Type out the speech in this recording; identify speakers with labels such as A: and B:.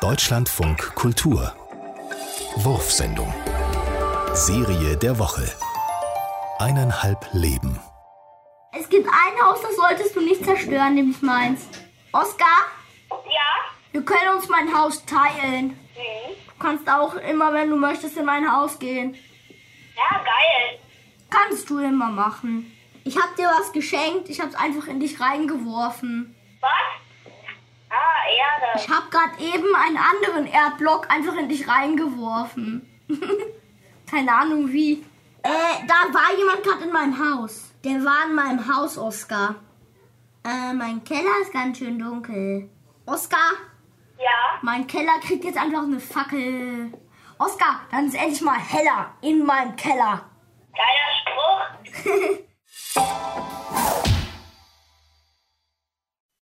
A: Deutschlandfunk Kultur. Wurfsendung. Serie der Woche. Eineinhalb Leben.
B: Es gibt ein Haus, das solltest du nicht zerstören, nämlich meins. Oskar,
C: Ja?
B: wir können uns mein Haus teilen.
C: Mhm.
B: Du kannst auch immer, wenn du möchtest, in mein Haus gehen.
C: Ja, geil.
B: Kannst du immer machen. Ich hab dir was geschenkt, ich hab's einfach in dich reingeworfen.
C: Was? Ah, Erde.
B: Ich hab grad eben einen anderen Erdblock einfach in dich reingeworfen. Keine Ahnung wie. Äh, da war jemand gerade in meinem Haus. Der war in meinem Haus, Oskar. Äh, mein Keller ist ganz schön dunkel. Oskar,
C: Ja?
B: mein Keller kriegt jetzt einfach eine Fackel. Oskar, dann ist endlich mal heller in meinem Keller.
C: Geiler Spruch.